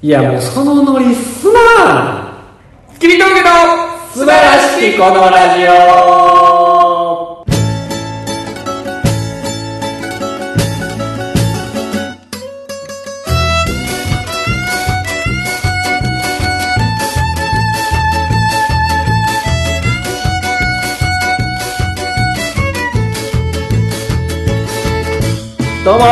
いやもうそのノリすな切り峠の素晴らしきこのラジオどうも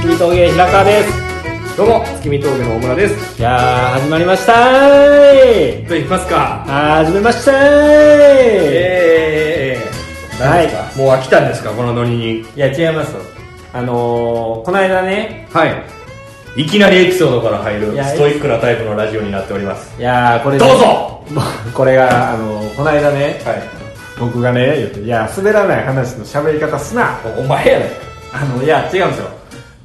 月見峠平川ですどうも月見峠の大村ですいやー始まりましたーいと言いますか始めましたーいえー、ははいいもう飽きたんですかこのノリにいや違いますあのー、この間ねはいいきなりエピソードから入るいやストイックなタイプのラジオになっておりますいやーこれねどうぞもう これがあのー、この間ねはい僕がね言っていや滑らない話の喋り方すなお前やねあのいや違うんですよ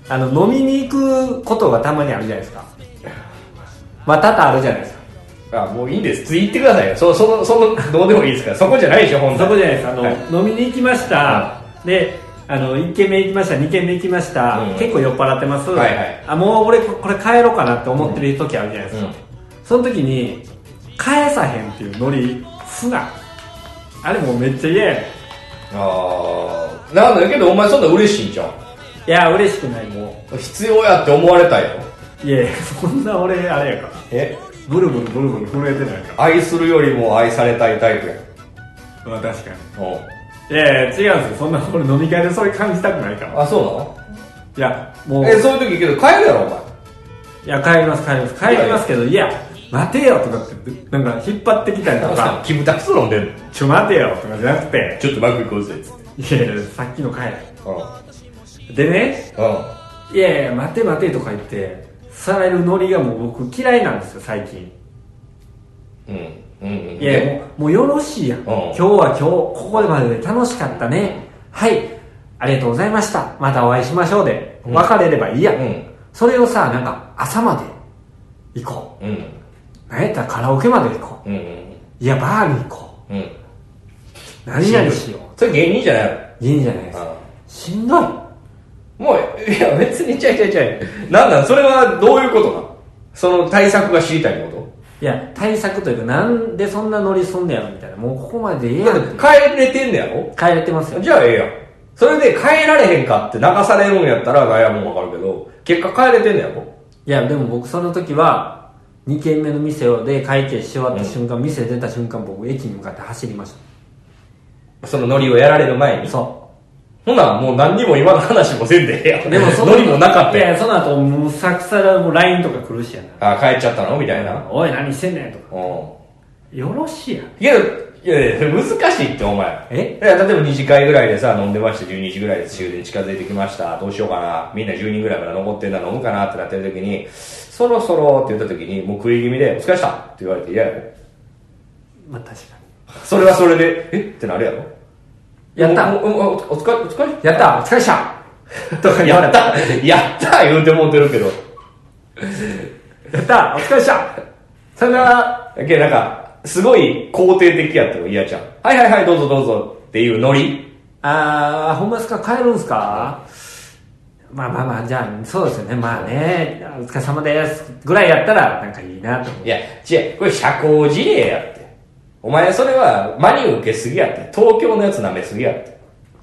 あの飲みに行くことがたまにあるじゃないですかまあ多々あるじゃないですかあもういいんです次行ってくださいよそそのそのどうでもいいですからそこじゃないでしょ本当そこじゃないですあの、はい飲みに行きました、はであの1軒目行きました2軒目行きました、うん結構酔っ払ってます、はいはいあもう俺これ帰ろうかなって思ってる時あるじゃないですか、うんその時に返さへんっていうノリすなあれもうめっちゃ嫌やねああなんだけどお前そんな嬉しいんじゃんんいや嬉しくないも必要やって思われたよういやいやそんな俺あれやからえブルブルブルブル震えてないか愛するよりも愛されたいタイプやら、まあ、確かにおいやいや違うんですよそんな俺飲み会でそれ感じたくないからあそういやもうなのえそういう時けど帰るやろお前いや、帰ります、帰ります、帰りますけど、いや、待てよとかって、なんか引っ張ってきたりとか、キムタクス飲んでんのちょ、待てよとかじゃなくて、ちょっとバッグ行こうぜつっていやいや、さっきの帰うんれ。でね、ういやいや、待て待てとか言って、さられるノリがもう僕嫌いなんですよ、最近。んうんうんいや、もうもうよろしいやん。今日は今日、ここまでで楽しかったね。はい、ありがとうございました。またお会いしましょうで、うん別れればいいやん。うんそれをさ、なんか、朝まで行こうんう。なんやったらカラオケまで行こうんうんう。いや、バーに行こう。うん何々しよう。それ芸人じゃないのいいんじゃないですか。しんどい。もういや別にちゃいちゃいちゃいなんなんそれはどういうことなのその対策が知りたいってこいや、対策というか、なんでそんなノリすんだよ、みたいな。もうここまでええとやだん。って帰れてんねやろ帰れてますよ。じゃあええやん。それで帰られへんかって流されるんやったら、ガヤもわかるけど、結果帰れてんねやろ。いや、でも僕その時は、2軒目の店で会計し終わった瞬間、店出た瞬間、僕駅に向かって走りましそのノリをやられる前た。に。そほな、もう何にも今の話もせんでええやう。ん。でもそのノリもなかったいやん。や、その後、もうさくさらもう LINE とか来るしやあ、帰っちゃったのみたいな。な。おい、何してんねんとか。うん。よろしいやん。いや、いやいや、難しいってお前。えいや、例えば2次会ぐらいでさ、飲んでました、12時ぐらいで終電近づいてきました、どうしようかな、みんな10人ぐらいまで残ってんだ、飲むかなってなってる時に、そろそろって言った時に、もう食い気味で、お疲れっしたって言われて嫌やろ。まあ確かそれはそれで、えってなるやろ。に。やったおおおお疲れ、お疲れやったお疲れっしたとか言わ やれ。ったたやった言うてもうてるけど。やったお疲れっしたさよならだけどなんか、すごい肯定的やったの、いやちゃん。はいはいはい、どうぞどうぞっていうノリ。あー、ほんまですか帰るんすかまあまあまあ、じゃあ、そうですよね。まあね、お疲れ様です。ぐらいやったら、なんかいいなと思う。いや、違う、これ社交辞令やって。お前それは真に受けすぎやって。東京のやつ舐めすぎやって。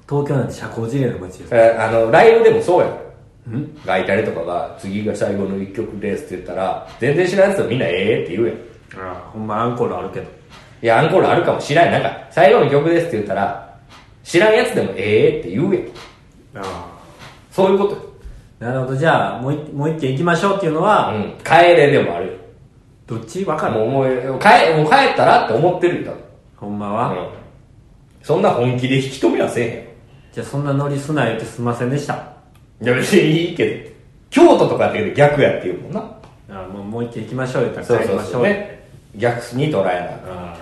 東京なんて社交辞令の街です。えあの、ライブでもそうやんガイタレとかが、次が最後の一曲ですって言ったら、全然知らんやつはみんなええって言うやん。ああ、ほんまアンコールあるけど。いや、アンコールあるかもしれない。なんか、最後の曲ですって言ったら、知らんやつでもええって言うやん。あそういうことよあ。なるほど、じゃあ、もういもう一軒行きましょうっていうのは、うん。帰れでもあるよ。どっちわかるもう思い、もう帰、もう帰ったらって思ってるよ、ほんま多は、分。うん。そんな本気で引き止めはせえじゃあ、そんなノリすな言ってすんませんでした。あへん。いや、別にいいけど。京都とかやったけど逆やって言うもんな。あもうもう一軒行きましょう言ったら帰りましょう。ね。逆に捉えなあかんあ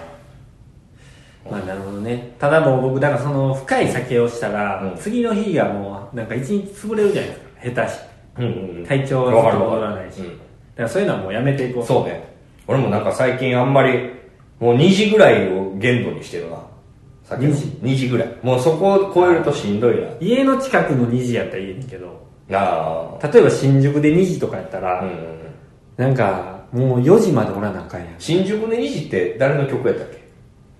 あまあなるほどねただもう僕だからその深い酒をしたら、うん次の日がもうなんか一日潰れるじゃないですか下手しうんうんうん。体調はわずかっとるわ戻かるらないし、うんだからそういうのはもうやめていこうそうね。俺もなんか最近あんまり、もう2時ぐらいを限度にしてるな。酒の2時 ?2 時ぐらい。もうそこを超えるとしんどいな。家の近くの2時やったらいいねんけどなあ。例えば新宿で2時とかやったら、うん。なんか、もう4時までおらなあかんやん。新宿で2時って誰の曲やったっ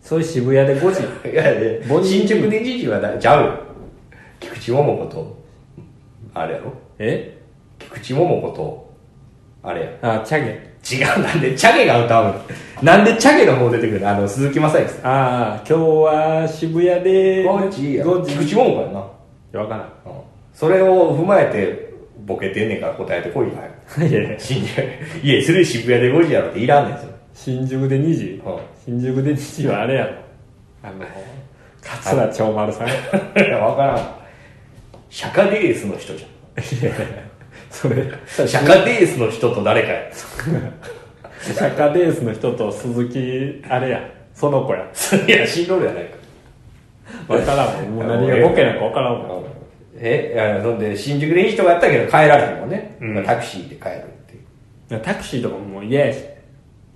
そういう渋谷で5時。けいやいやボンジー 新宿で2時はだちゃうよ菊池桃子とあれやろえ菊池桃子とあれやあ、チャゲ。違うなんでチャゲが歌うのなんでチャゲの方出てくるのあの鈴木雅之さんああ、今日は渋谷で5時や5時。菊池桃子やな、わからん。うんそれを踏まえてボケてんねんから答えてこいよ早くいやいや新宿いやそれ渋谷で5時やろっていらんねんそれ新宿で2時うん新宿で2時はあれやろ。あの、桂長丸さん。いい やわからん釈迦デイスの人じゃやいやそれ、ん釈迦デイスの人と誰かやシャカデースの人と鈴木、あれや、その子や。 いや死んどるやないかわからんもん。もう何がボケなんかわからんもん。えいやそんで新宿でいい人がやったけど帰られへんもんね、タクシーで帰るっていうタクシーとかももう嫌やし。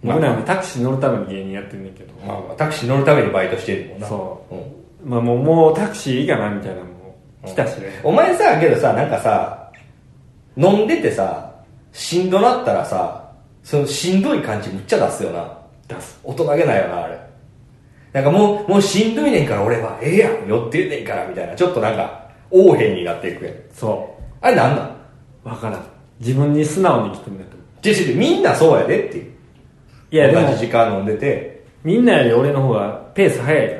まあ僕らもタクシー乗るために芸人やってんねんけど。まあまあ、タクシー乗るためにバイトしてるもんなそうんまあもう、もうタクシーいいかなみたいなのも来たしね。お前さけどさなんかさ飲んでてさしんどなったらさそのしんどい感じむっちゃ出すよな出す。大人げないよなあれなんかもうもうしんどいねんから俺はええやん寄ってんねんからみたいなちょっとなんか横柄になっていくやんそあれなんなんう。わからん。自分に素直に来てんだと思ジェシーってみんなそうやでっていうう。いや、で同もじ、時間飲んでてみんなより俺の方がペース早いよ。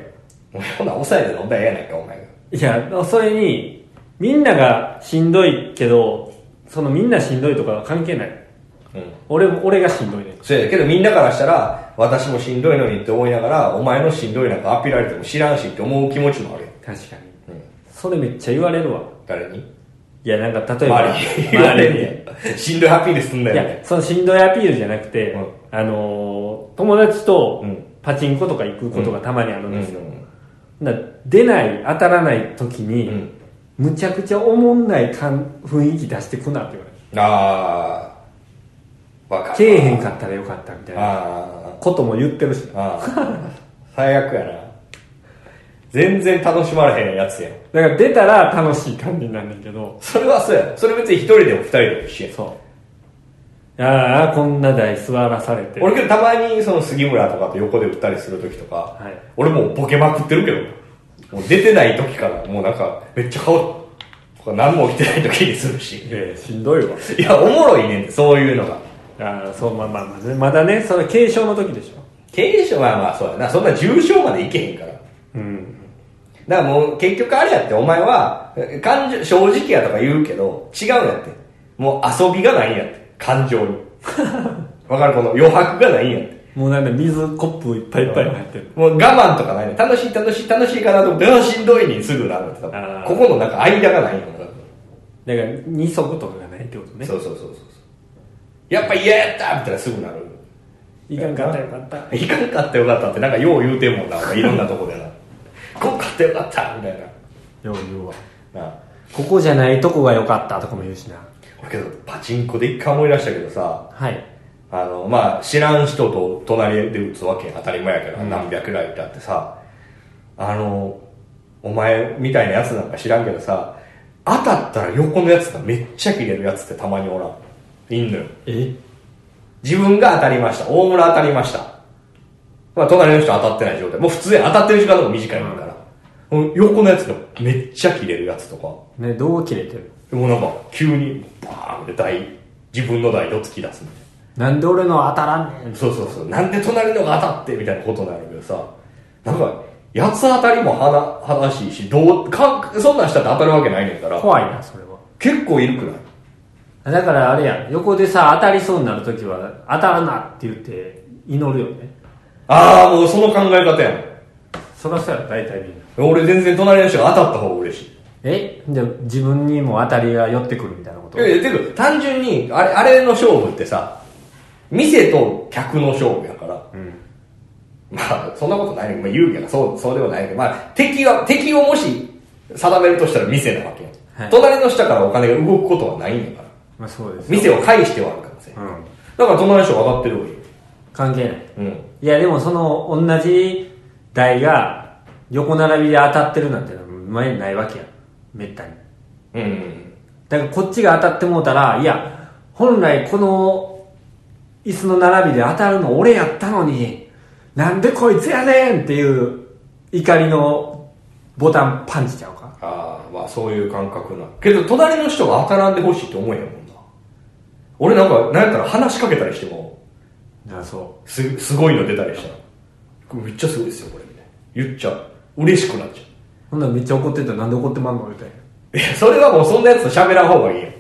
お前ほな抑えて飲んだらええやないかお前がいや、それに、みんながしんどいけど、そのみんなしんどいとかは関係ない。うん俺も、俺がしんどいね。そうやけどみんなからしたら私もしんどいのにって思いながらお前のしんどいなんかアピられても知らんしって思う気持ちもある確かに。やん、うん、それめっちゃ言われるわ。誰にいや、なんか例えば、周りに言われ周りにんねんしんどいアピールすんだいよやね、そのしんどいアピールじゃなくて、うんあのー友達とうんパチンコとか行くことがたまにあるうんんですよ。だから出ない、当たらない時に、うんむちゃくちゃおもんない感雰囲気出してくなって言われる。ああわかるけえへんかったらよかったみたいなあことも言ってるし。ーあー最悪やな全然楽しまれへんやつやんだから出たら楽しい感じになるんだけど、それはそうやそれ別に一人でも二人でも一緒やんそう。ああ、こんな台座らされて。俺けどたまにその杉村とかと横で打ったりする時とか、い俺もうボケまくってるけどもう出てない時からもうなんかめっちゃ顔とか何も起きてない時にするしいやいやしんどいわ。いやおもろいねんてそういうのがああ、そう、まあまあまあね。まだね、それ軽症の時でしょ。経営者はまあそうやなそんな重症までいけへんからうん。だからもう結局あれやってお前はえ感情正直やとか言うけど違うんやってもう遊びがないんやって感情 にわかるこの余白がないんやってもうなんか水コップいっぱいいっぱい入ってる。もう我慢とかないね楽しい楽しい楽しいかなと思ってあしんどいにすぐなるって多分あーここのなんか間がないのかだから二足とかがないってことね。そうそうそうそうそうやっぱ嫌やったみたいなすぐなるいかんかったよかった。いかんかったよかったってなんかよう言うてんもんななんかいろんなと こでなこんかったよかったみたいよう言うわ。ななあここじゃないとこが良かったとかも言うしな。俺けどパチンコで一回思い出したけどさはい。あのまあ知らん人と隣で打つわけ当たり前やけど、何百来だってさあのお前みたいなやつなんか知らんけどさ当たったら横のやつがめっちゃ切れるやつってたまにおらんいんのよえ自分が当たりました大村当たりましたまあ隣の人当たってない状態もう普通に当たってる時間とか短いから、うん横のやつがめっちゃ切れるやつとかね、どう切れてるもうなんか急にバーンって台自分の台と突き出すみたいななんで俺の当たらんねん。そうそうそうなんで隣のが当たってみたいなことになるけどさなんか八つ当たりもはな話しいしどうかそんなんしたって当たるわけないねんから怖いな、それは。結構いるくないだからあれやん、横でさ、当たりそうになるときは、当たらなって言って祈るよね。ああもうその考え方やそらそうやろ、大体みんな。もん俺全然隣の人が当たった方が嬉しいえじゃあ自分にも当たりが寄ってくるみたいなこといやいやてか単純にあれあれの勝負ってさ店と客の勝負やから、まあそんなことないねんまあ、言うけどそうそうではないけど、まあ、敵は敵をもし定めるとしたら店なわけやん、はい隣の下からお金が動くことはないんやからまあそうです。店を介してはあるかもしれない、うんだから隣の人が当たってるわ関係ない。けうんいや、でもその、同じ台が、横並びで当たってるなんてのは前にないわけやん。めったに。うんだからこっちが当たってもうたら、いや、本来この椅子の並びで当たるの俺やったのに、なんでこいつやねんっていう怒りのボタンパンチちゃうか。ああまあそういう感覚なけど隣の人が当たらんでほしいって思えへんもんな俺なんかなんやったら話しかけたりしてもあそすすごいの出たりしたらこれめっちゃすごいですよこれみたいな言っちゃう嬉しくなっちゃう。ほんならめっちゃ怒ってたらなんで怒ってまんのみたいういやそれはもうそんなやつと喋らん方がいいやん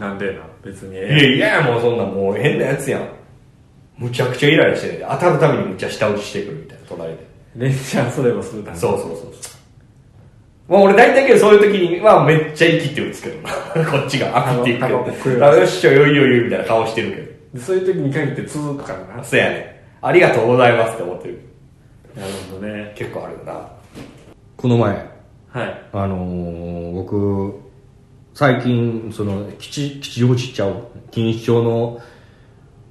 な。なんでな、別に。いやいやもうそんなもう変なやつやんむちゃくちゃイライラしてね当たるためにむちゃ下打ちしてくるみたいな隣でレンジャーそれをするだそうそうそうまあ俺大体けどそういう時にはめっちゃ生きてるんですけど なこっちが飽きていくあのタバコ食けうどあよっしょよいよいよみたいな顔してるけう。そういう時に限って続くからなど。そうやねありがとうございますって思ってるなるほどね。結構あるよなこの前はい。あのー僕、最近、その、吉、吉祥寺行っちゃう。錦糸町の、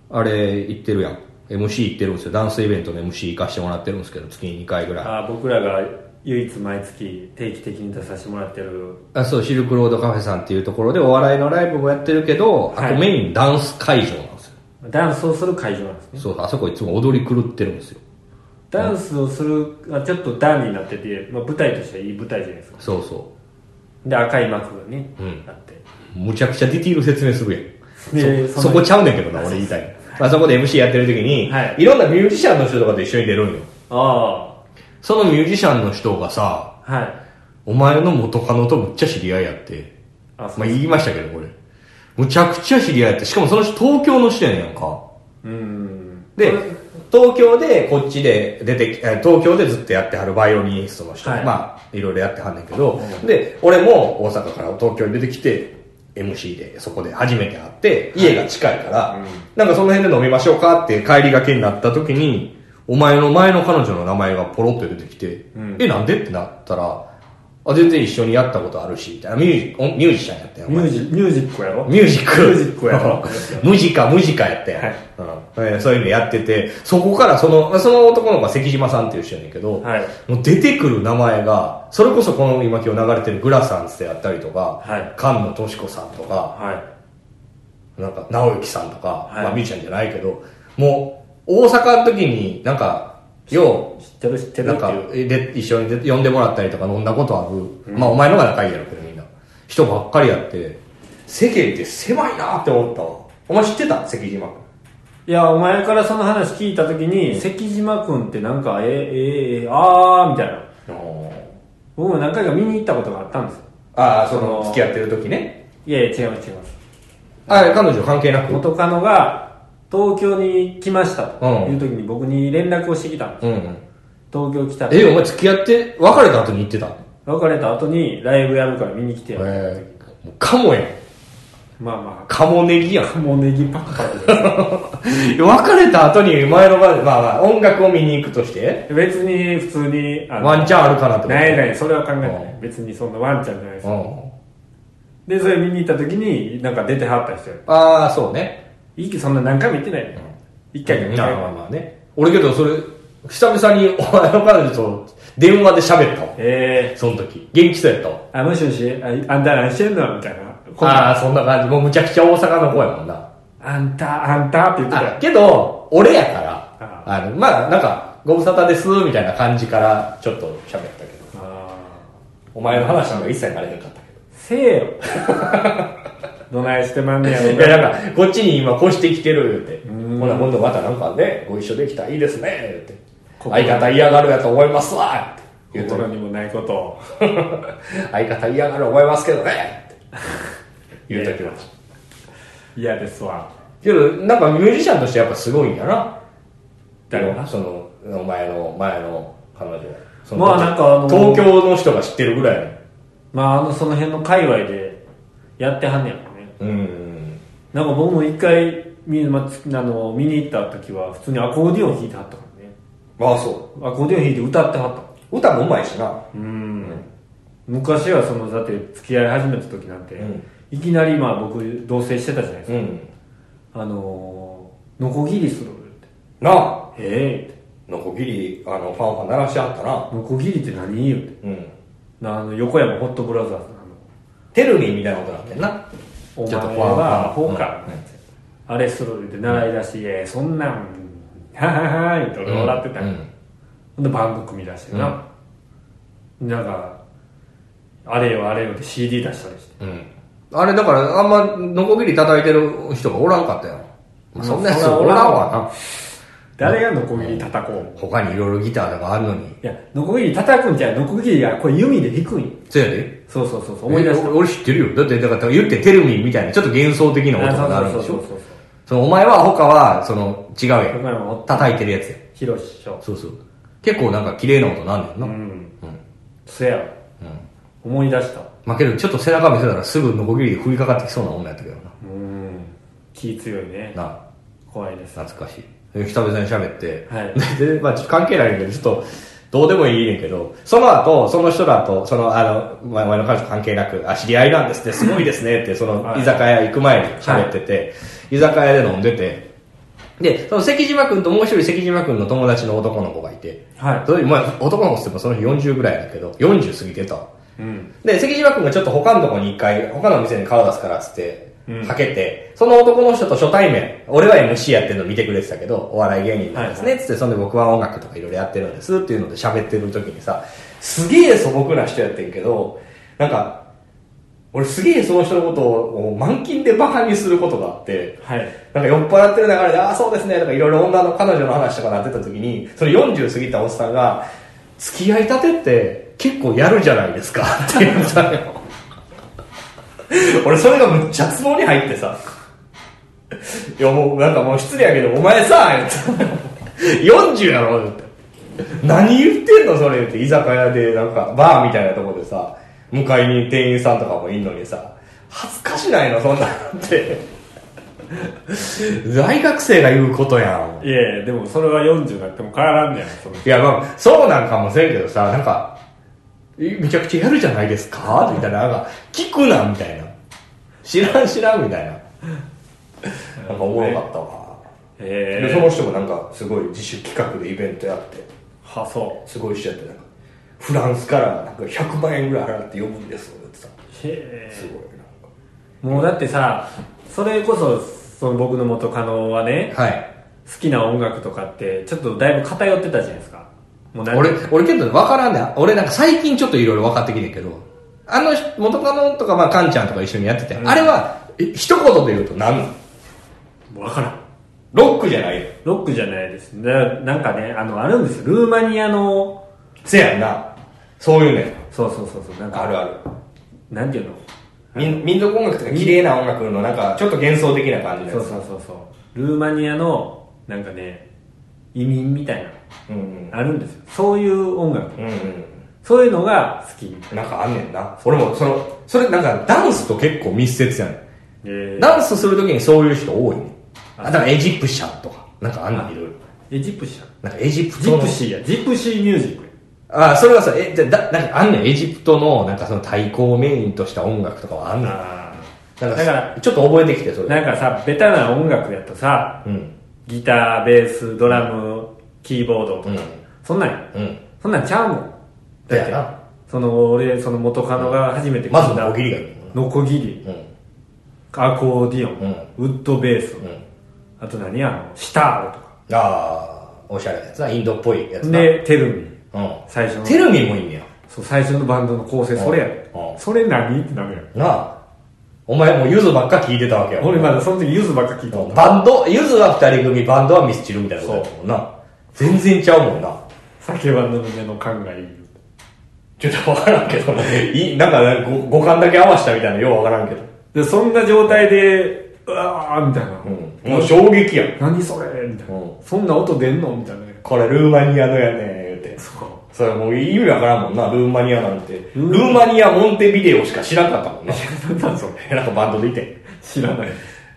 あれ、行ってるやん。MC 行ってるんですよ。ダンスイベントの MC 行かしてもらってるんですけど、月に2回ぐらい。あ僕らが唯一毎月定期的に出させてもらってる。あそう、シルクロードカフェさんっていうところでお笑いのライブもやってるけど、あはといメインダンス会場なんですよ。ダンスをする会場なんですね。そう、あそこいつも踊り狂ってるんですよ。ダンスをする、あちょっと段になってて、まあ、舞台としてはいい舞台じゃないですか。そうそで、赤い幕がね、うんあって。う。むちゃくちゃディティール説明するやん。でそのそこちゃうねんけどな、俺言いたいの。あそこで MC やってる時に、はいい、ろんなミュージシャンの人とかと一緒に出るんよ。あそのミュージシャンの人がさ、あ、はい。お前の元カノとむっちゃ知り合いやって、あまあ言いましたけど、これ。むちゃくちゃ知り合いやって、しかもその人東京の人やねんやんか。うん。で、東京でこっちで出てき、えー東京でずっとやってはるバイオリニストの人、はいまあいろいろやってはんねんけど、で、俺も大阪から東京に出てきて、MC でそこで初めて会って、家が近いから、なんかその辺で飲みましょうかって帰りがけになった時に、お前の前の彼女の名前がポロッと出てきて、うんえ、なんでってなったら、あ全然一緒にやったことあるし、みたいなミュージおミュージシャンやったよ、おミ前ュージミュージックやろミュージック。ミュージックやろ 無地か無地かやったやん、はいうんえーそういうのやってて、そこからその、その男の子が関島さんっていう人やねんけど、はいもう出てくる名前が、それこそこの今今日流れてるグラサンスであったりとか、はい菅野敏子さんとか、はなんか直之さんとか、はいまあみーちゃんじゃないけど、もう大阪の時になんか、よい。知ってる知ってう、るなっんてかいう。えで一緒にで呼んでもらったりとか飲んだことある、まあお前の方が仲いいやろけどみんな人ばっかりやって世間って狭いなって思ったわお前知ってた関島君いや、お前からその話聞いたときに、関島くんってなんか、ええええあー、みたいな。僕も何回か見に行ったことがあったんですよ。ああそそのの付き合ってる時ねいやいや、違います違います。あ彼女関係なくうん元カノが東京に来ましたとうんいう時に僕に連絡をしてきたんですうん東京来たえお前付き合って別れた後に行ってた別れた後にライブやるから見に来てえよ、ー、もうカモやんまあまカモネギやんあもうネギパッパッで 別れた後に前の場でまあまあ音楽を見に行くとしてす別に普通にあのワンチャンあるかなってないないいそれは考えてなうい別にそんなワンちゃんじゃないですうんでそれ見に行った時になんか出てはった人やああそうねいいけどそんな何回も行ってないね一回か二まあ回まあかまあね。俺けどそれ、久々にお前の彼女と電話で喋ったわ。ええその時。元気そうやったわ。あもしもしああんた何してんのみたいなああ、そんな感じ。もうむちゃくちゃ大阪の子やもんな。あんたあんたって言ってたあよけど、俺やから、ああの、まあなんか、ご無沙汰です、みたいな感じからちょっと喋ったけど。あーお前の話なんか一切なれへんかったけせえよ どないしてまんねやろいや、なんか、こっちに今越してきてるって。ほな、今度またなんかね、ご一緒できたらいいですね、って。ここ相方嫌がるやと思いますわ、って言うとる心にもないことを 相方嫌がる思いますけどね言うときました嫌ですわけどなんかミュージシャンとしてやっぱすごいんやな誰がそのお前の前の彼女そまあなんかあの東京の人が知ってるぐらいまああのその辺の界隈でやってはんねやろねのうんなんか僕も一回見,、まつあの見に行った時は普通にアコーディオン弾いてはったからねまあそアコーディオン弾いて歌ってはったもう歌もうまいしなん昔はそのだって付き合い始めた時なんて、うんいきなりまあ僕同棲してたじゃないですうか、んあのーノコギリするってなあええのこぎりあのファンファン鳴らしてはったなノコギリって何言うてうんなあの横山ホットブラザーズなのテルミンみたいなことなってんなおちょ前っとファンはファンフォーカーなんてあれするって習い出し、えーそんなんはははーいって俺笑ってたよ、うんほんでバンド組み出してな、なんかあれよあれよって CD 出したりしてうんあれだからあんまノコギリ叩いてる人がおらんかったよ、まあ、そんなやつそらおおらんらんわわ誰がノコギリ叩こう、な他にいろいろギターとかあるのにいやノコギリ叩くんじゃうノコギリがこれ弓で弾くんよそうやでそうそうそうそう思い出しえ俺俺知ってるよだってだから言ってテルミンみたいなちょっと幻想的なた音あがなるんそうでしそうそうょそうそのお前は他はその違うやそうん今も叩いてるやつやヒロシ師匠そうそう結構なんか綺麗な音なんだよな、ううんんそやろ思い出したまあけどちょっと背中見せたらすぐノコギリで振りかかってきそうな女やったけどなうん気強いねなあ怖いですは懐かしいで久々に喋って、はいで、まあ、ちょっと関係ないんやけどちょっとどうでもいいねんけどその後その人らとそのあのお前お前の彼女関係なくあ知り合いなんですねすごいですねってそのはい居酒屋行く前に喋ってて、居酒屋で飲んでてでその関島君ともう一人関島君の友達の男の子がいて、はいその時まあ、男の子って言ってもその日40ぐらいだけど40過ぎてたうんで、関島君がちょっと他のとこに一回、他の店に顔出すからっつって、うんはけて、その男の人と初対面、俺は MC やってるの見てくれてたけど、お笑い芸人なんですね、はつって、そんで僕は音楽とかいろいろやってるんですっていうので喋ってる時にさ、すげえ素朴な人やってんけど、なんか、俺すげえその人のことを満勤でバカにすることがあって、はいなんか酔っ払ってる流れで、ああ、そうですね、とかいろいろ女の彼女の話とかなってた時に、それ40過ぎたおっさんが、付き合いたてって結構やるじゃないですか、って言ったのよ。俺それがむっちゃツボに入ってさ。いやもうなんかもう失礼やけど、お前さ、言ったのよ40やろ、言って。何言ってんのそれって居酒屋でなんかバーみたいなとこでさ向かいに店員さんとかもいんのにさ恥ずかしないのそんなんって大学生が言うことやんいやいやでもそれは40になっても変わらんねやろそのいやまあそうなんかもせんけどさなんかえめちゃくちゃやるじゃないですかみたいななんか聞くなみたいな知らん知らんみたいななんかおもろかったわ、でそえの人もなんかすごい自主企画でイベントやってえはそすごい人やってなんかフランスからなんか100万円ぐらい払って呼ぶんですってさうへすえごいなもうだってさそれこそその僕の元カノはねはい好きな音楽とかってちょっとだいぶ偏ってたじゃないですかもうなんか俺俺けど分からんねん俺なんか最近ちょっといろいろ分かってきてんけどあの人元カノとかまあカンちゃんとか一緒にやってて、あれはえ一言で言うと何なの分からんロックじゃないよロックじゃないですななんかねあのあるんですよルーマニアのせやんなそういうねそうそうそうそうなんかあるあるなんていうの民民族音楽とか綺麗な音楽のなんかちょっと幻想的な感じのそやうつそうそうそうルーマニアのなんかね移民みたいなうんうんあるんですよそういう音楽うんうんそういうのが好きなんかあんねんな俺もそのそれなんかダンスと結構密接やねんえダンスするときにそういう人多いね。あ、だからエジプシャンとか。なんかあんのいろいろ。ー、エジプシャンなんかエジプジトの。プシーやジプシーミュージックあ、それはさ、え、じゃだ、なんかあんねん。エジプトの、なんかその太鼓をメインとした音楽とかはあんねん。なんかあさ、だからちょっと覚えてきて、そあれ。なんかさベタな音楽やとさうん。ギターベースドラムキーボードとか、うんそんなんやうん。そんなんちゃうもんだっよてな。その俺その元カノが初めてまず、ノコギリがいいもんなノコギリうん。アコーディオン、ウッドベース、うん。あと何やあのシタールとかあー、おしゃれなやつな。インドっぽいやつな。で、テルミン。うん。最初の。テルミンもいいんや。そう、最初のバンドの構成、それやうんろ。それ何ってなるやん。なあ。お前もうユズばっか聞いてたわけや。 俺まだその時ユズばっか聞いたもんなバンド、ゆずは二人組、バンドはミスチルみたいなことやもんな。全然ちゃうもんな。酒は飲みの感がいい。ちょっとわからんけどね。 いなんかね、五五感だけ合わしたみたいな、ようわからんけど。で、そんな状態で、うわーみたいな。うん。もう衝撃やん。何それみたいなう。そんな音出んのみたいなね。これルーマニアのやねん、言うて。そう。それもう意味わからんもんな、ルーマニアなんて。ルうんーマニア、モンテビデオしか知らんかったもんな。 何なんそれなんかバンドでいて。知らない。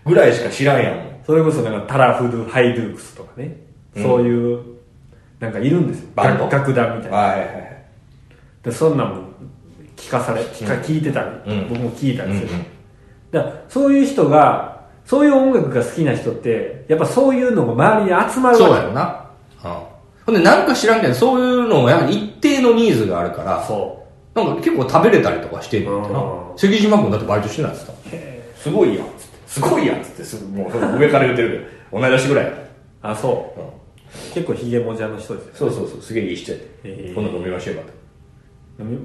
ぐらいしか知らんやんもん。それこそなんかタラフドゥ、ハイドゥークスとかね。そういう、なんかいるんですよ。バンド楽楽団みたいな。はいはいはい。で、そんなんも聞かされ、聞か、聞いてたりう、ん僕も聞いたりするうんうん。だからそういう人がそういう音楽が好きな人ってやっぱそういうのが周りに集まるそうやけろな。うん。ほんで、なんか知らんけど、そういうのをやはり一定のニーズがあるから。そなんか結構食べれたりとかしてんのってなうん関島君だってバイトしてないっつったすごいやんっつってすごいやんっつってすぐ、もうその上から言ってるけど、同い年ぐらいやあ、そうう。ん結構ヒゲもじゃの人ですよ。そうそうそう、すげえいい人やへでえ今度飲みましょうかと。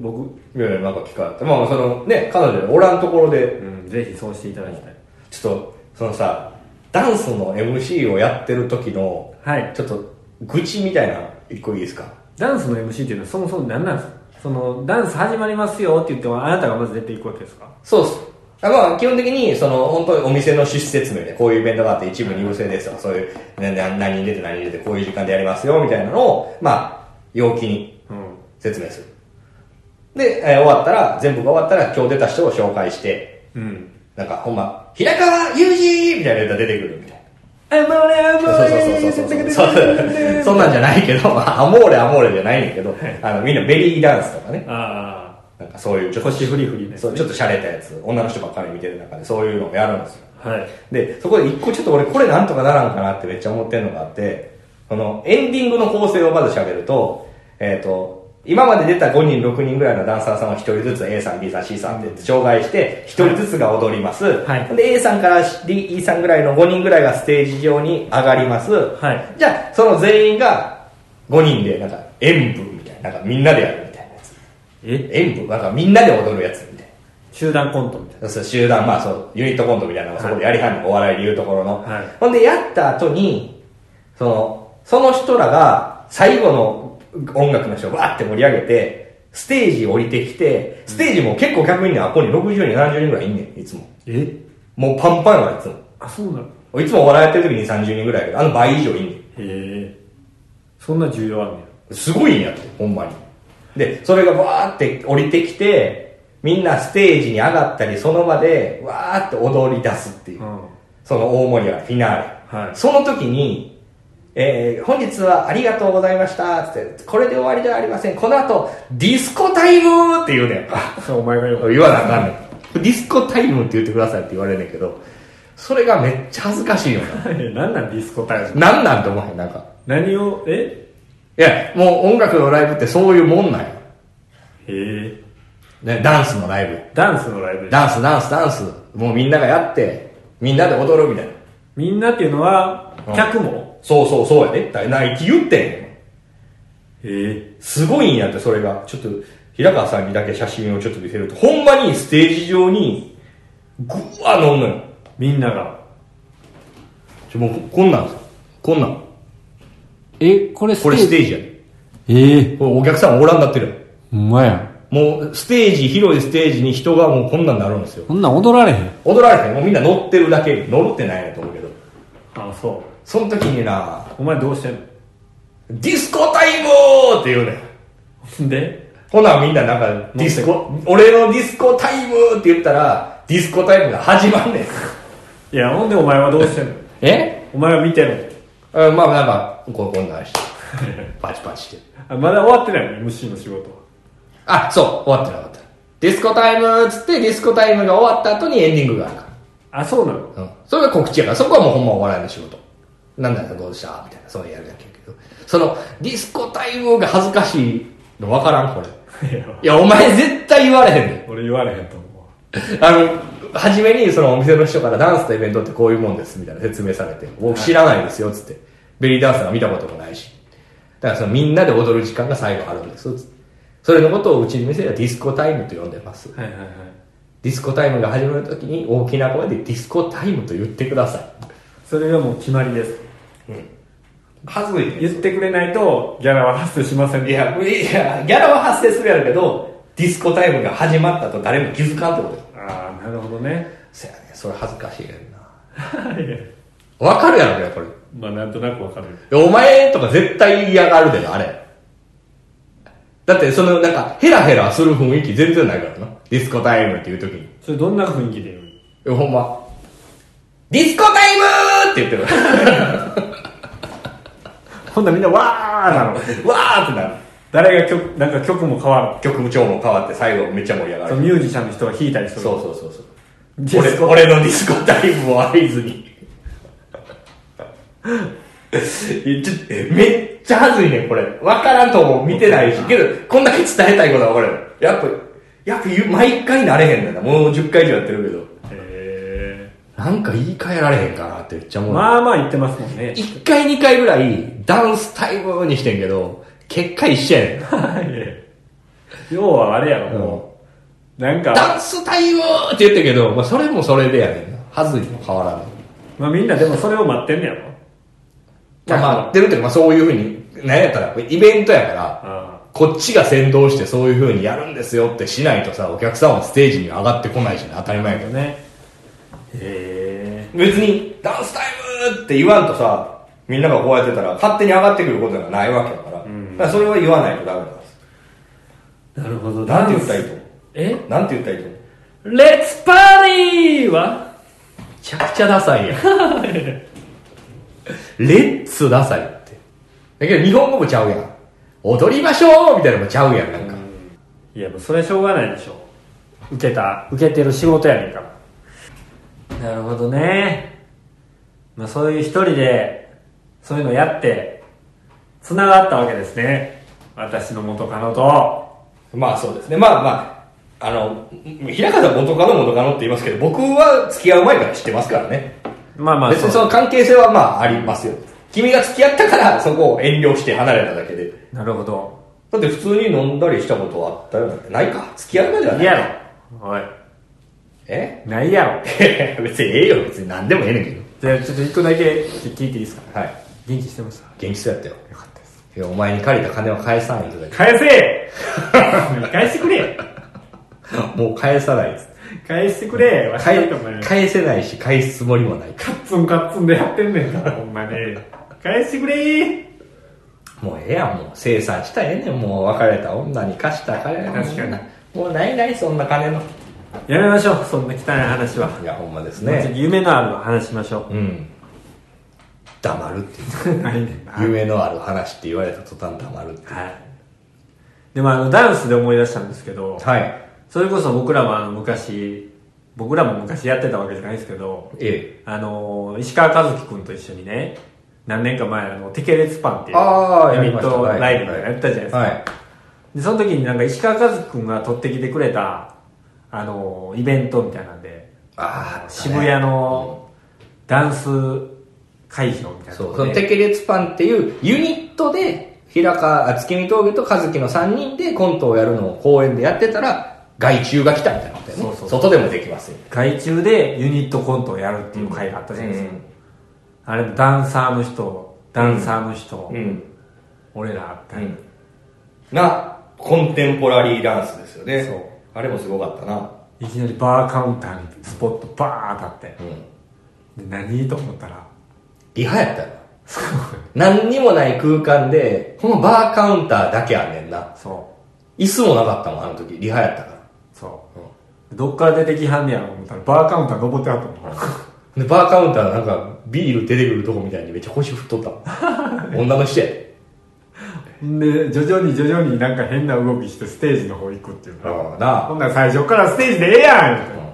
僕、いやいや、なんか聞かれて。まあ、そのね、彼女おらんところで、うん、ぜひそうしていただきたい。ちょっと、そのさ、ダンスの MC をやってる時の、はい。ちょっと、愚痴みたいな、一個いいですかダンスの MC っていうのはそもそも何なんですかその、ダンス始まりますよって言っても、あなたがまず出ていくわけですかそうっす。あまあ、基本的に、その、本当にお店の趣旨説明で、こういうイベントがあって、一部二部制ですとか、そういう、なな何人出て何人出て、こういう時間でやりますよ、みたいなのを、まあ、陽気にうん。説明する。で、えー終わったら、全部が終わったら、今日出た人を紹介して、うん。なんか、ほんま、平川祐二みたいなネタ出てくるみたいな。あ、まあね、あ、そうそうそうそうそうまあね、そうそんなんじゃないけど、まあアモーレアモーレじゃないねんだけど、あの、みんなベリーダンスとかね、あなんかそういうちあ、ょっと、腰フリフリね。そうちょっと洒落たやつ、女の人ばっかり見てる中でそういうのをやるんですよ。はい。で、そこで一個ちょっと俺これなんとかならんかなってめっちゃ思ってるのがあって、そのエンディングの構成をまず喋ると、えっ、と、今まで出た5人、6人ぐらいのダンサーさんを1人ずつ A さん、B さん、C さんって紹介して、1人ずつが踊ります。はいで、A さんから D、E さんぐらいの5人ぐらいがステージ上に上がります。はいじゃあ、その全員が5人で、なんか演舞みたいな、なんかみんなでやるみたいなやつ。え演舞なんかみんなで踊るやつみたいな。集団コントみたいそうそう集団、まあそう、ユニットコントみたいなのをそこでやりはんの、お笑いで言うところの。はいほんで、やった後に、その、その人らが、最後の音楽の人をバーって盛り上げて、ステージ降りてきて、ステージも結構客員のあっこに60人、70人ぐらいいんねん、いつも。な。えもうパンパンやわ、いつも。あ、そうなのいつもお笑いやってる時に30人ぐらいやけど、あの倍以上いんねん。へえ。そんな重要あんねや。すごいんやって、ほんまに。で、それがわーって降りてきて、みんなステージに上がったり、その場で、わーって踊り出すっていうう。その大盛り上がり、フィナーレ。はいその時に、えー本日はありがとうございました、つって、これで終わりではありません。この後、ディスコタイムって言うねんか。ん。そう、お前がよく。 言わなあかんねん。ディスコタイムって言ってくださいって言われんねんけど、それがめっちゃ恥ずかしいよ 何なんディスコタイムな。なんなんて思わへん、なんか。何を、えいや、もう音楽のライブってそういうもんなんよ。へえ。ね、ダンスのライブ。ダンスのライブでダンス、ダンス、ダンス。もうみんながやって、みんなで踊るみたいな。みんなっていうのはうん、客もそうそうそうやで。だからな、言ってんねん。へえ。すごいんやって、それが。ちょっと、平川さんにだけ写真をちょっと見せると、ほんまにステージ上に、ぐわー飲んのよ。みんなが。ちょ、もうこ、こんなんですよ。こんなん。え、これこれステージやで。ええ。これお客さんおらんなってるよ。ほんまや。もう、ステージ、広いステージに人がもうこんなんなるんですよ。こんなん踊られへん。踊られて、もうみんな乗ってるだけ、乗るってないやと思うけど。あ、そう。その時にな、お前どうしてんディスコタイムーって言うねん。のでほなみんななんか、ディスコ、俺のディスコタイムーって言ったら、ディスコタイムが始まんねん。いや、ほんでお前はどうしてんのえお前は見てんのうん、まあなんか、こうこんなんして、パチパチして。あまだ終わってないの MC の仕事はあ、そう、終わってなかった。ディスコタイムーっつって、ディスコタイムが終わった後にエンディングがあるかあそうなのら。うん。それが告知やから、そこはもうほんまお笑いの仕事。なんだよ、どうしたみたいな、そういうやるだけやけど。その、ディスコタイムが恥ずかしいの分からん、これ。いやいや、お前絶対言われへんねん。俺言われへんと思 あの、初めにそのお店の人からダンスとイベントってこういうもんですみたいな説明されて、僕知らないですよっつって、ベリーダンスが見たこともないし、だからそのみんなで踊る時間が最後あるんですっつって、それのことをうちの店ではディスコタイムと呼んでます。うはいはいはいディスコタイムが始まるときに大きな声でディスコタイムと言ってください。それがもう決まりですはずい言ってくれないとギャラは発生しませんいや、いや、ギャラは発生するやろけど、ディスコタイムが始まったと誰も気づかんってことよ。ああなるほどねそやね、それ恥ずかしいやんな。いやわかるやろけど、これ。 まあなんとなくわかるお前とか絶対嫌がるでよ、あれ。だって、その、なんか、ヘラヘラする雰囲気全然ないからな。ディスコタイムっていう時に。それどんな雰囲気で言うのえ、ほんま。ディスコタイムーって言ってる。 ほんならみんなわーなのわーってなる。誰が曲なんか曲も変わ曲も調も変わって最後めっちゃ盛り上がるるその。ミュージシャンの人が弾いたりするそうそうそうそう。ディスコ俺俺のディスコタイムを合図に。いやちょえめっちゃ恥ずいねん、これ。わからんと思う。見てないし。けど、こんだけ伝えたいことは俺。やっぱ、やっぱ言う毎回なれへんねんな。もう10回以上やってるけど。へえなんか言い換えられへんかなってめっちゃ思う。まあまあ言ってますもんね。一回二回ぐらいダンスタイムにしてんけど、結果一緒やねん。 要はあれやろ、もう。なんか、ダンスタイムって言ってんけど、まあそれもそれでやねんな。はずいも変わらない。まあみんなでもそれを待ってんねやろ。まあまあ、出るっていうか、まあそういうふうに、なんやったら、イベントやから、あこっちが先導してそういうふうにやるんですよってしないとさ、お客さんはステージに上がってこないしね、当たり前やけあど。ね。へ別に、ダンスタイムって言わんとさ、みんながこうやってたら、勝手に上がってくることがないわけだから、だからそれは言わないとダメなんです。え。なるほど。なんて言ったらいいと思うえなんて言ったらいいと思うレッツパーティーはめちゃくちゃダサいやん。レッツダサいって。だけど日本語もちゃうやん。踊りましょうみたいなのもちゃうやん、なんか。いや、もうそれはしょうがないでしょ。受けた、受けてる仕事やねんから。なるほどね。まあそういう一人で、そういうのやって、繋がったわけですね。私の元カノと。まあそうですね。まあまあ、あの、平川さん元カノ元カノって言いますけど、僕は付き合う前から知ってますからね。まあまあ、別にその関係性はまあありますよ。君が付き合ったからそこを遠慮して離れただけで。うなるほど。だって普通に飲んだりしたことはあったようなんてないか。付き合うまではないい。やろ。おい。え ないやろ。別にええよ、別に何でもええねんけじゃあちょっと一個だけ聞いていいですかど。はい。元気してました元気そうやったよ。よかったです。いや、お前に借りた金は返さないとだけ返せ 返してくれ もう返さないです。返してくれわしなん返かお前返せないし、返すつもりもない。カッツンカッツンでやってんねんから、ほんまね。返してくれーもうええやん、もう。生産したらええねん、もう。別れた女に貸した金確かに。もうないない、そんな金の。やめましょう、そんな汚い話は。いや、ほんまですもうちょっね。と夢のある話しましょうん。黙るっていうう。ないねんな。夢のある話って言われた途端黙るって。はい。でもあの、ダンスで思い出したんですけど、はい。それこそ僕らもあの昔、僕らも昔やってたわけじゃないですけど、えあのー、石川和樹くんと一緒にね、何年か前、あの、テケレツパンっていう、あーやユりニまッしたトはいライブとかやったじゃないでえ。すか。はい。で、その時になんか石川和樹くんが取ってきてくれた、あのー、イベントみたいなんで、ああ、渋谷のダンス会場みたいなとそこう、そのでテケレツパンっていうユニットで、平川、あ月見峠と和樹の3人でコントをやるのを公演でやってたら、外注が来たみたいなことやね。そうそう外でもできますよ。外注でユニットコントをやるっていう会があったじゃないですか、あれもダンサーの人ダンサーの人、ん。俺らあったり、が、コンテンポラリーダンスですよね。そうあれもすごかったな。いきなりバーカウンターにスポットバーン当たってうん。で何と思ったらリハやったよな。何にもない空間で、このバーカウンターだけあんねんな。そ椅子もなかったもん、あの時。リハやったから。うそう、どっから出てきはんねやろ思ったらバーカウンター登ってはったもんで、バーカウンターなんか、ビール出てくるとこみたいにめっちゃ腰振っとっ たもん。女の人やで。で徐々に徐々になんか変な動きしてステージの方行くっていうかああ、なあ。ほんなら最初からステージでええやんみたいな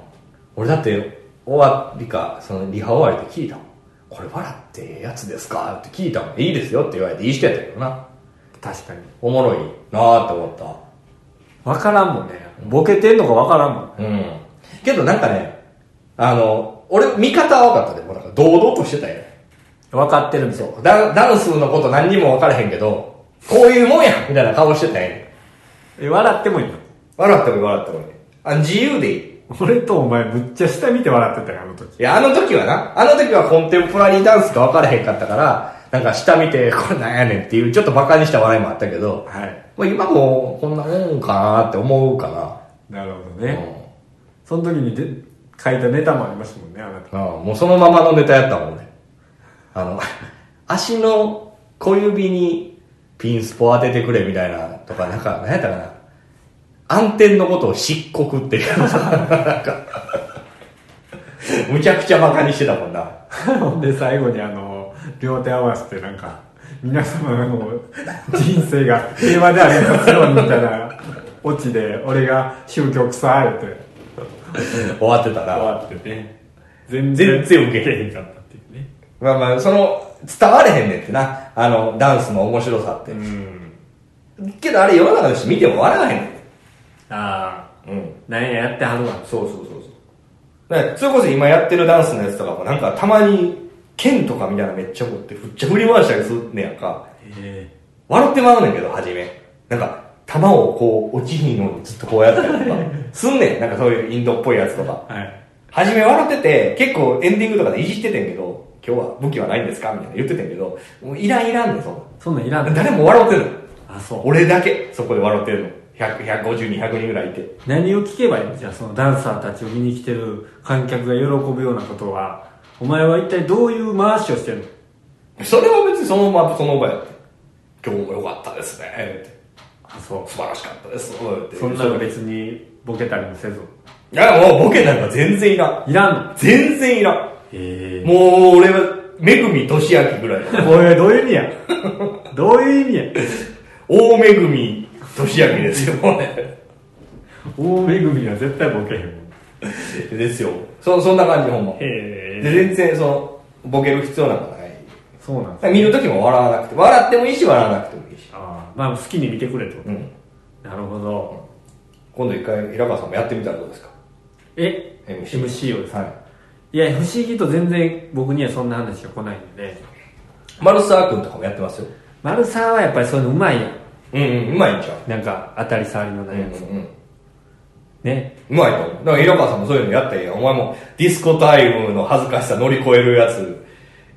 俺だって、終わりか、そのリハ終わりで聞いたもん。これ笑ってええやつですかって聞いたもん。いいですよって言われて、いい人やったけどな。確かにおもろいなあって思っ分からんもんねボケてんのか分からんもんた。うん。けどなんかね、あの、俺、見方は分かったで、もうなんか堂々としてたよ。分かってるんですよダンダンスのこと何にも分からへんけど、こういうもんやみたいな顔してたよ。え笑ってもいいの笑っても笑ってもね。あ自由でいい。俺とお前むっちゃ下見て笑ってたよあの時いや、あの時はな、あの時はコンテンポラリーダンスが分からへんかったから、なんか下見て、これなんやねんっていう、ちょっと馬鹿にした笑いもあったけど、はいまあ、今もこんなもんかなって思うかなるほどな。ね、その時にで書いたネタもありましたもんねあなたうん、うんもうそのままのネタやったもんね。あの、 足の小指にピンスポ当ててくれみたいなとか、なんか、なんやったかな。暗転のことを漆黒っていう。なんか、むちゃくちゃ馬鹿にしてたもんな。 ほんで最後にあの両手合わせてなんか皆様の人生が 平和でありますようにみたいなオチで俺が宗教臭いって終わってたな。終わってね全然受けれへんかったっていうねまあまあ、その、伝われへんねんってな。あの、ダンスの面白さって。うんけどあれ世の中の人見ても笑わへんねああん。うん。何ややってはるわそうそうそうそう。ねそれこそ今やってるダンスのやつとかも、なんかたまに、剣とかみたいなのめっちゃ持って、ふっちゃ振り回したりすんねやんか。え笑ってまうねんけど、初め。なんか、弾をこう、落ちひんようにずっとこうやった りとか、すんねん。なんかそういうインドっぽいやつとか。はい初め笑ってて、結構エンディングとかでいじっててんけど、今日は武器はないんですかみたいな言っててんけど、もういらんいらんねん、そんなそんなんいらんの誰も笑ってるの。あそう俺だけ、そこで笑ってるの。100、150人、100人ぐらいいて。何を聞けばいいのじゃあそのダンサーたちを見に来てる観客が喜ぶようなことはお前は一体どういう回しをしてるのそれは別にそのままその場やって。今日も良かったですね。ってあそ素晴らしかったです。ってうそんなの別にボケたりもせずいや、もうボケなんか全然いらん。いらんの全然いらん。えもう俺は、めぐみとしあきぐらい。おいどういう意味やどういう意味や大めぐみとしあきですよ、 もうね。大恵みは絶対ボケへんもんですよ。そ、そんな感じ、ほんま。へで、え全然、その、ボケる必要なんかない。そうなんです見るときも笑わなくて、笑ってもいいし、笑わなくてもいいし。ああまあ好きに見てくれと、うん。なるほど今度一回、平川さんもやってみたらどうですかえ MC MC をですね、はい。い、や不思議と全然僕にはそんな話が来ないんでマルサー君とかもやってますよ。マルサーはやっぱりそういうのうまいやんうんうん、うまいんちゃうなんか当たり障りのないやつ、うんうん。ねうまいと思う。だから、平川さんもそういうのやったらいいやんお前もディスコタイムの恥ずかしさ乗り越えるやつ、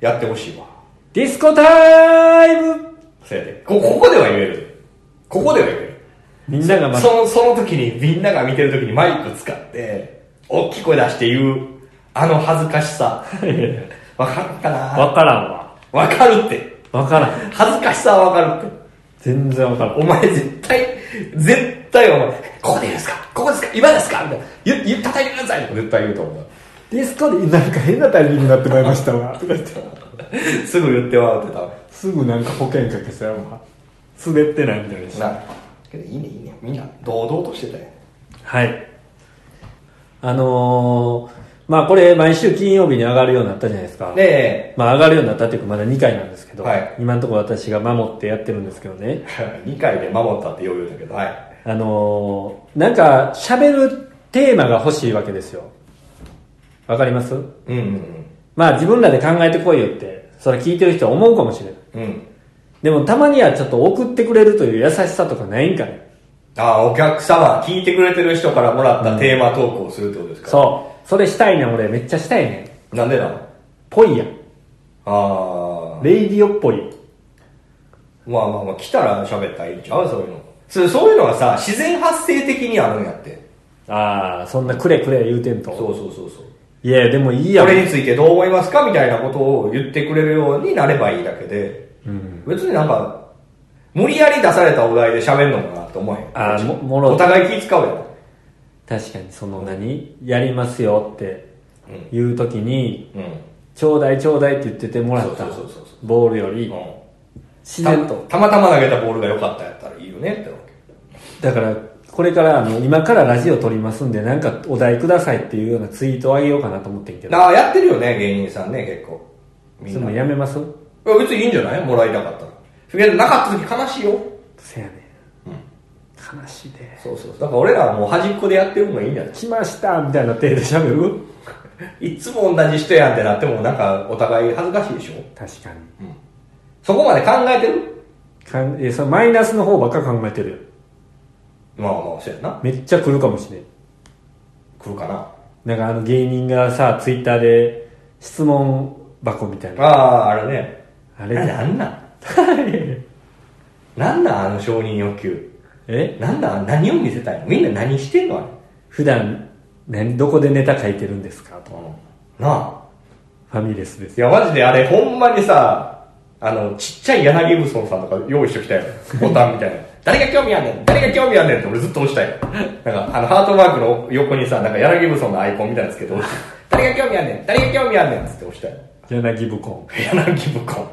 やってほしいわ。ディスコタイムそうやで。こ、ここでは言える。ここでは言える。みんながまその、その時に、みんなが見てる時にマイク使って、大きい声出して言う、あの恥ずかし さ。わかるかな分からん わわかるって。分からん恥ずかしさはわかるって。全然分からんお前絶対、絶対お前、ここでいいですかここですか今ですかみたいな。言、言、叩いてくださいとか絶対言うと思う。 ディスコでなんか変なタイミングになってまいりましたわとか言ってすぐ言って笑ってた。すぐなんか保険かけそうやわ滑ってないみたいでしなけどいいねいいねみんな堂々としてたよはいあのー、まあこれ毎週金曜日に上がるようになったじゃないですかで まあ上がるようになったっていうかまだ2回なんですけど、はい今のところ私が守ってやってるんですけどね2回で守ったって余裕だけどはいあのー、なんか喋るテーマが欲しいわけですよわかりますうんうんまあ自分らで考えてこいよってそれ聞いてる人は思うかもしれないうんうんでもたまにはちょっと送ってくれるという優しさとかないんかねああお客様聞いてくれてる人からもらったテーマトークをするってことですか、そうそれしたいねん俺めっちゃしたいねんなんでなのぽいやんああレイディオっぽいまあまあまあ来たら喋ったらいいんちゃうそういうのそれそういうのはさ自然発生的にあるんやってああそんなくれくれ言うてんそうとそうそうそういやでもいいやこんれについてどう思いますかみたいなことを言ってくれるようになればいいだけで、別になんか無理やり出されたお題で喋るのかなって思わへんあーももろお互い気使うやん確かにその何やりますよってうんいう時にうん、ちょうだいちょうだいって言っててもらったそうそうそうそボールより自然とたたまたま投げたボールが良かったやったらいいよねってわだからこれからあの今からラジオ撮りますんでなんかお題くださいっていうようなツイートをあげようかなと思ってんけけどなあやってるよね芸人さんね結構みそれんなもいやめますや別にいいんじゃないもらいたかったらそれなかった時悲しいよせやねん悲しいでそうそうだから俺らはもう端っこでやってるのがいいんじゃない来ましたみたいな手で喋るいつも同じ人やんってなってもなんかお互い恥ずかしいでしょ確かにそこまで考えてるかんえそのマイナスの方ばっか考えてるよまあまあ、そうやな。めっちゃ来るかもしれん来るかな。なんかあの芸人がさツイッターで質問箱みたいあなあ、あれね。ああれれだなんなんなんなんあの承認欲求。えなんなん何を見せたいのみんな何してんのあれ。普段何どこでネタ書いてるんですかとなあ。ファミレスですいや、マジであれ、ほんまにさ、あの、ちっちゃい柳ブソンさんとか用意してきたよ。ボタンみたいな。 誰が興味あんねん誰が興味あんねんって俺ずっと押したよ。なんか、あの、ハートマークの横にさ、なんか柳ブソンのアイコンみたいなのつけて押して、誰が興味あんねん誰が興味あんねんっつって押したよ。柳武コン 柳ブコン。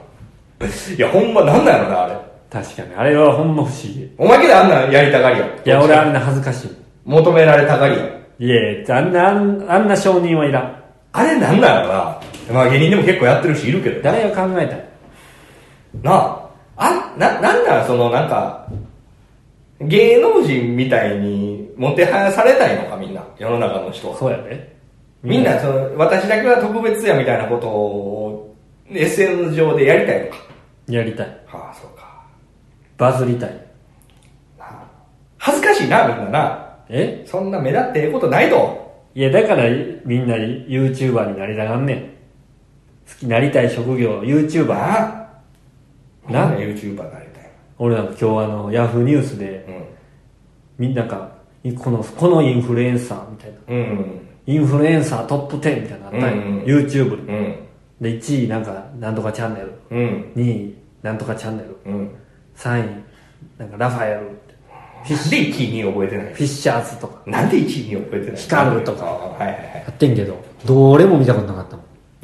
いや、ほんま、なんなんやろな、あれ。確かにあれはほんま不思議お前けどあんなんやりたがりやん。いや俺あんな恥ずかし求められたがりやん。いいやあんなあんあんな承認はいらんあれなんなんやろな。まあ芸人でも結構やってるしいるけど。誰が考えたのなあ。あ、な、なんなんそのなんか、芸能人みたいにもてはやされたいのかみんな。世の中の人は。そうやねみんな、その、私だけは特別やみたいなことを、SN 上でやりたいのやりたい。か。ああ、そうか。バズりたい。なあ恥ずかしいな、みんなな。えそんな目立ってええことないと。いや、だからみんな YouTuber になりたがんねん。好きなりたい職業、YouTuber。なあ。ななんで YouTuber になりたい俺なんか今日あの、ヤフーニュースで、のみんなが、この、このインフルエンサーみたいな。うん。うん。インフルエンサートップ10みたいなのあったんようんうん YouTube で。うん。で、1位なんか、なんとかチャンネル。うん。 2位、なんとかチャンネル。うん。 3位、なんかラファエル。なんで1位、2位覚えてないフィッシャーズとか。なんで1位、2位覚えてない光るとかはいはいはい。やってんけど、どれも見たことなかった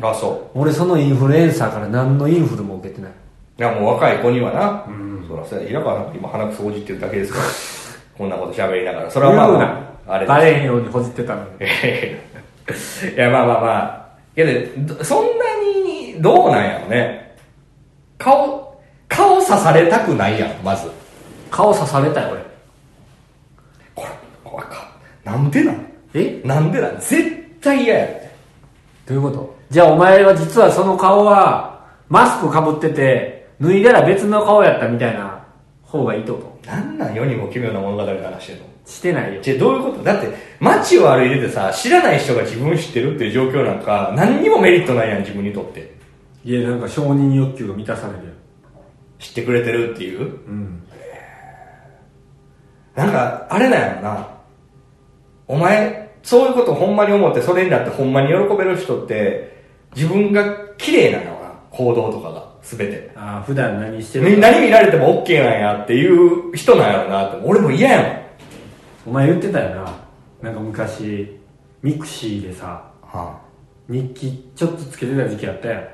もん。あ、そ俺そのインフルエンサーから何のインフルも受けてない。う。いや、もう若い子にはな。うん。そらそうや。平川なんか今鼻くそほじってるだけですから。こんなこと喋りながら。それはまあまあ、あれバだレへんようにほじってたのに。いや、まあまあまあ。いや、でどそんなに、どうなんやろね。顔、顔刺されたくないやん、まず。顔刺されたよ、これ、これか。なんでなん俺。えなんでなん絶対嫌やって。どういうことじゃあお前は実はその顔は、マスクかぶってて、脱いだら別の顔やったみたいな方がいいってこなんなん世にも奇妙な物語の話してんの。としてないよ。じゃあどういうことだって、街を歩いててさ、知らない人が自分知ってるっていう状況なんか、何にもメリットないやん、自分にとって。いや、なんか承認欲求が満たされるよ。知ってくれてるっていう。うん。なんか、あれなんやろな。お前、そういうことほんまに思って、それになってほんまに喜べる人って、自分が綺麗なのかな、行動とかが、すべて。ああ、普段何してみるんかなに見られても OK なんやっていう人なんやろなって、俺も嫌やもん。お前言ってたよな。なんか昔、ミクシーでさ、は日記ちょっとつけてた時期あったやん。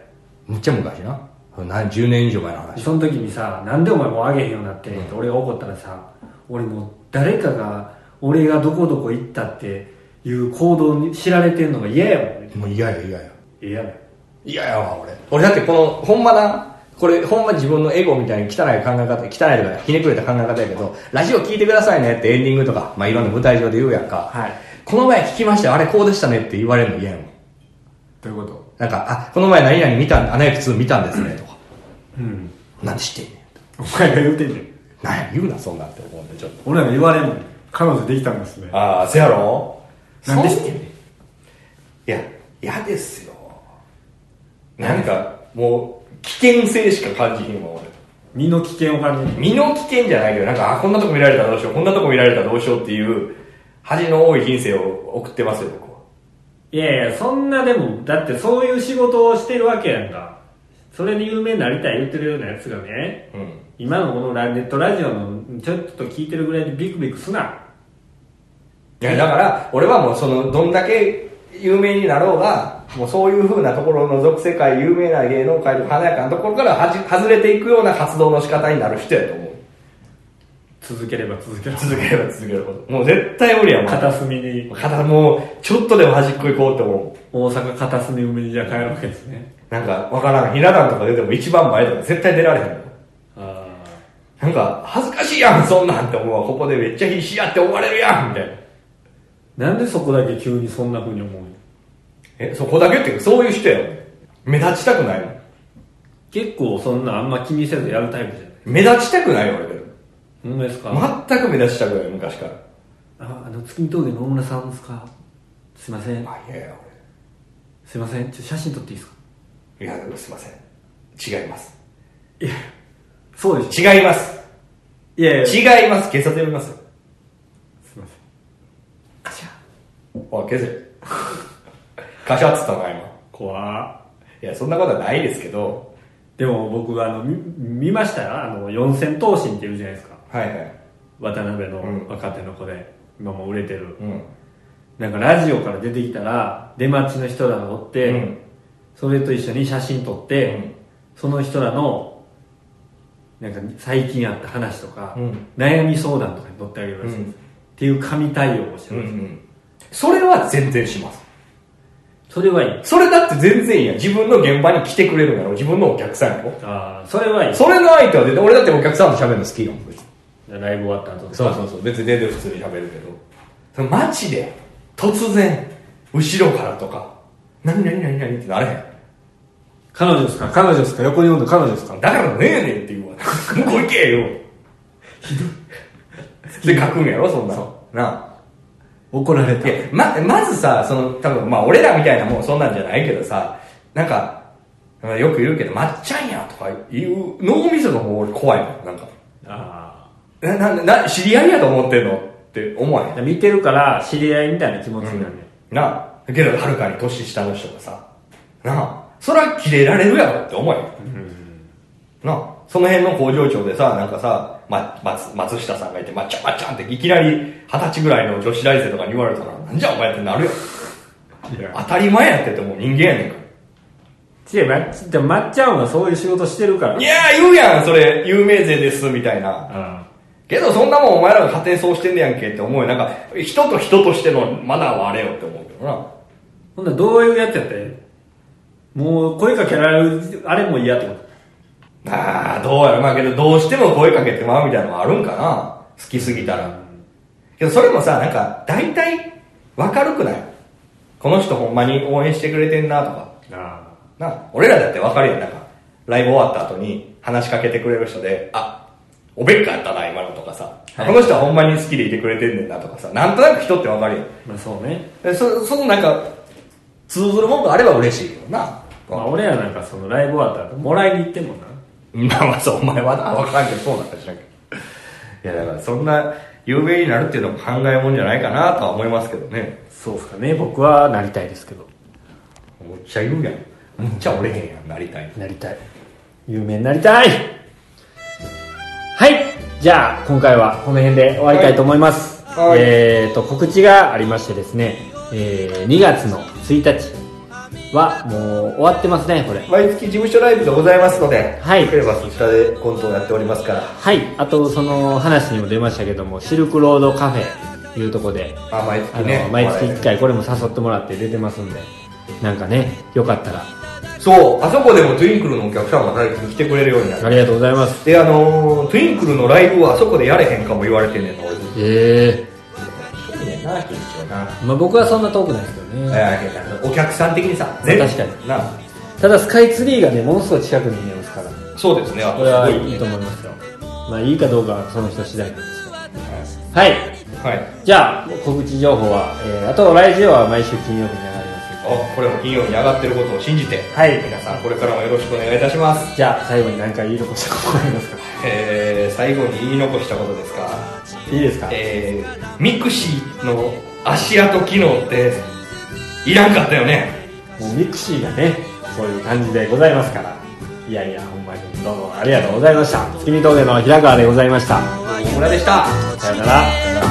むっちゃ昔な。何10年以上前の話。その時にさ、なんでお前もうあげへんようになってんって俺が怒ったらさ、俺もう誰かが、俺がどこどこ行ったっていう行動に知られてんのが嫌やもんね。もう嫌や嫌や。嫌やねんいややわ、俺。俺だってこの、ほんまな、これほんま自分のエゴみたいに汚い考え方、汚いとかねひねくれた考え方やけど、ラジオ聞いてくださいねってエンディングとか、まあいろんな舞台上で言うやんか。はいこの前聞きましたよあれこうでしたねって言われるの嫌やもん。どういうことなんか、あ、この前何々見たん、アナ雪2見たんですねとか。うん。なんで知ってんねん。お前が言うてんねん。なんや、言うな、そんなんって思うんで、ちょっと。俺らが言われんもん。彼女できたんですね。ああ、せやろなんで知ってんねんいや、嫌ですよ。なんか、もう、危険性しか感じひんわ、俺。身の危険を感じる。身の危険じゃないけど、なんか、あ、こんなとこ見られたらどうしよう、こんなとこ見られたらどうしようっていう、恥の多い人生を送ってますよ、僕は。いやいや、そんなでも、だってそういう仕事をしてるわけやんか。それで有名になりたい言ってるようなやつがね、うん。今のこのラネットラジオのちょっと聞いてるぐらいでビクビクすな。いや、だから、俺はもう、その、どんだけ有名になろうが、もうそういう風なところの属世界、有名な芸能界とか華やかなところからはじ外れていくような活動の仕方になる人やと思う。続ければ続ける続ければ続けるほど。もう絶対無理やもん。片隅に、片もう、ちょっとでも端っこ行こうって思う。大阪片隅海にじゃ帰るわけですね。なんか、わからん。ひな壇とか出ても一番前とか絶対出られへん。あなんか、恥ずかしいやん、そんなんって思うわ。ここでめっちゃ必死やって思われるやん、みたいな。あ。なんでそこだけ急にそんな風に思うのえ、そこだけっていうか、そういう人やもん。目立ちたくないもん。結構そんなあんま気にせずやるタイプじゃない目立ちたくないよ、俺けど。ほんまですか、全く目立ちたくない昔からああの月見峠の大村さんですかすいませんあいやいやすいませんちょっと写真撮っていいですか俺いやでもすいません違いますいやそうでし違いますょいやいやすい違います警察呼びますよませんカシャおい警察 カシャっつったの今怖っいやそんなことはないですけどでも僕あのみ見ましたよあの四千頭身っていうじゃないですかはいはい渡辺のん若手の子で、今も売れてるうんなんかラジオから出てきたら出待ちの人らがおって、うんそれと一緒に写真撮って、うんその人らのなんか最近あった話とか、うん悩み相談とかに乗ってあげるらしいです、うんっていう神対応をしてうるんらうしい、んそれは全然しますそれはいいそれだって全然いいやん自分の現場に来てくれるんやろ自分のお客さんやろああそれはいいそれの相手は絶対俺だってお客さんと喋るの好きやもん別にライブ終わった後とかそうそうそう別に全然普通に喋るけどその街で突然後ろからとか、何何何何ってなれへん。彼女ですか彼女ですか横におんの彼女ですかだからねえねんって言うわ。向こう行けよ。ひどい。で、書くんやろ、そんなの。な怒られあ。いや、ま、まずさ、その、多分まあ、俺らみたいなもんそんなんじゃないけどさ、なんか、よく言うけど、まっちゃんやとか言う、脳みその方俺怖いもん、なんか。あな、な、な、知り合いやと思ってんのって思わへんあ。見てるから知り合いみたいな気持ちになるね、なあ。けど、はるかに年下の人がさ、なあ、そりゃキレられるやろって思えよ。なあ、その辺の工場長でさ、なんかさ、ま、松、松下さんがいて、まっちゃんまっちゃんっていきなり二十歳ぐらいの女子大生とかに言われたら、なんじゃお前ってなるよ。いや当たり前やっててもう人間やねんか違うまっちでもまっちゃんはそういう仕事してるからら。いやー言うやん、それ、有名税です、みたいな。あけどそんなもんお前らが勝手にそうしてんねやんけって思うよ。なんか、人と人としてのマナーはあれよって思うけどな。ほんならどういうやつやったらええのもう声かけられるあれも嫌ってことああ、どうやろ。まあけど、どうしても声かけてまうみたいなのがあるんかな。好きすぎたら。けど、それもさ、なんか、大体、わかるくないこの人ほんまに応援してくれてんなとか。あな、俺らだってわかるよ。なんか、ライブ終わった後に話しかけてくれる人で、あ、おべっかやったな、今のとかさ。はいこの人はほんまに好きでいてくれてんねんなとかさ。なんとなく人ってわかるよ。まあそうね、えそ、そのなんか、通ずるもんがあれば嬉しいけどな。まあ、俺らなんかそのライブ終わったらもらいに行ってんもんなまあまあそう、お前はな、わからんけど、そうなんか知らんけど。いや、だからそんな、有名になるっていうのも考えもんじゃないかなとは思いますけどね。そうっすかね僕はなりたいですけどむっちゃ言うやん。むっちゃ折れへんやん、なりたい。なりたい有名になりたいはいじゃあ今回はこの辺で終わりたいと思います、はいえー、と告知がありましてですね、えー2月の1日はもう終わってますねこれ毎月事務所ライブでございますので、はい来ればそちらでコントをやっておりますから、はいあとその話にも出ましたけどもシルクロードカフェいうとこであ、毎あ月の、ね。毎月1はい回これも誘ってもらって出てますんでなんかねよかったらそう、あそこでもトゥインクルのお客さんが来てくれるようになある。りがとうございますで、あのー、トゥインクルのライブはあそこでやれへんかも言われてんねんな、俺。えいいねんな、緊張な。ーまあ、僕はそんな遠くないですけどね、えーお客さん的にさ、確かにな。ただスカイツリーがねものすごい近くに見えますからそうですね、あこれはすごいいと思いますよまあいいかどうかはその人次第なんですけどはいはい。じゃあ告知情報は、えーあと来週は毎週金曜日に上がりますあこれも金曜日に上がってることを信じて、はい皆さんこれからもよろしくお願いいたします。じゃあ最後に何か言い残したことありますかえー、最後に言い残したことですか、いいですかえー、ミクシーの足跡機能って、いらんかったよね。もうミクシーがねそういう感じでございますからいやいやほんまにどうもありがとうございました月見峠の平川でございました村でした。さよなら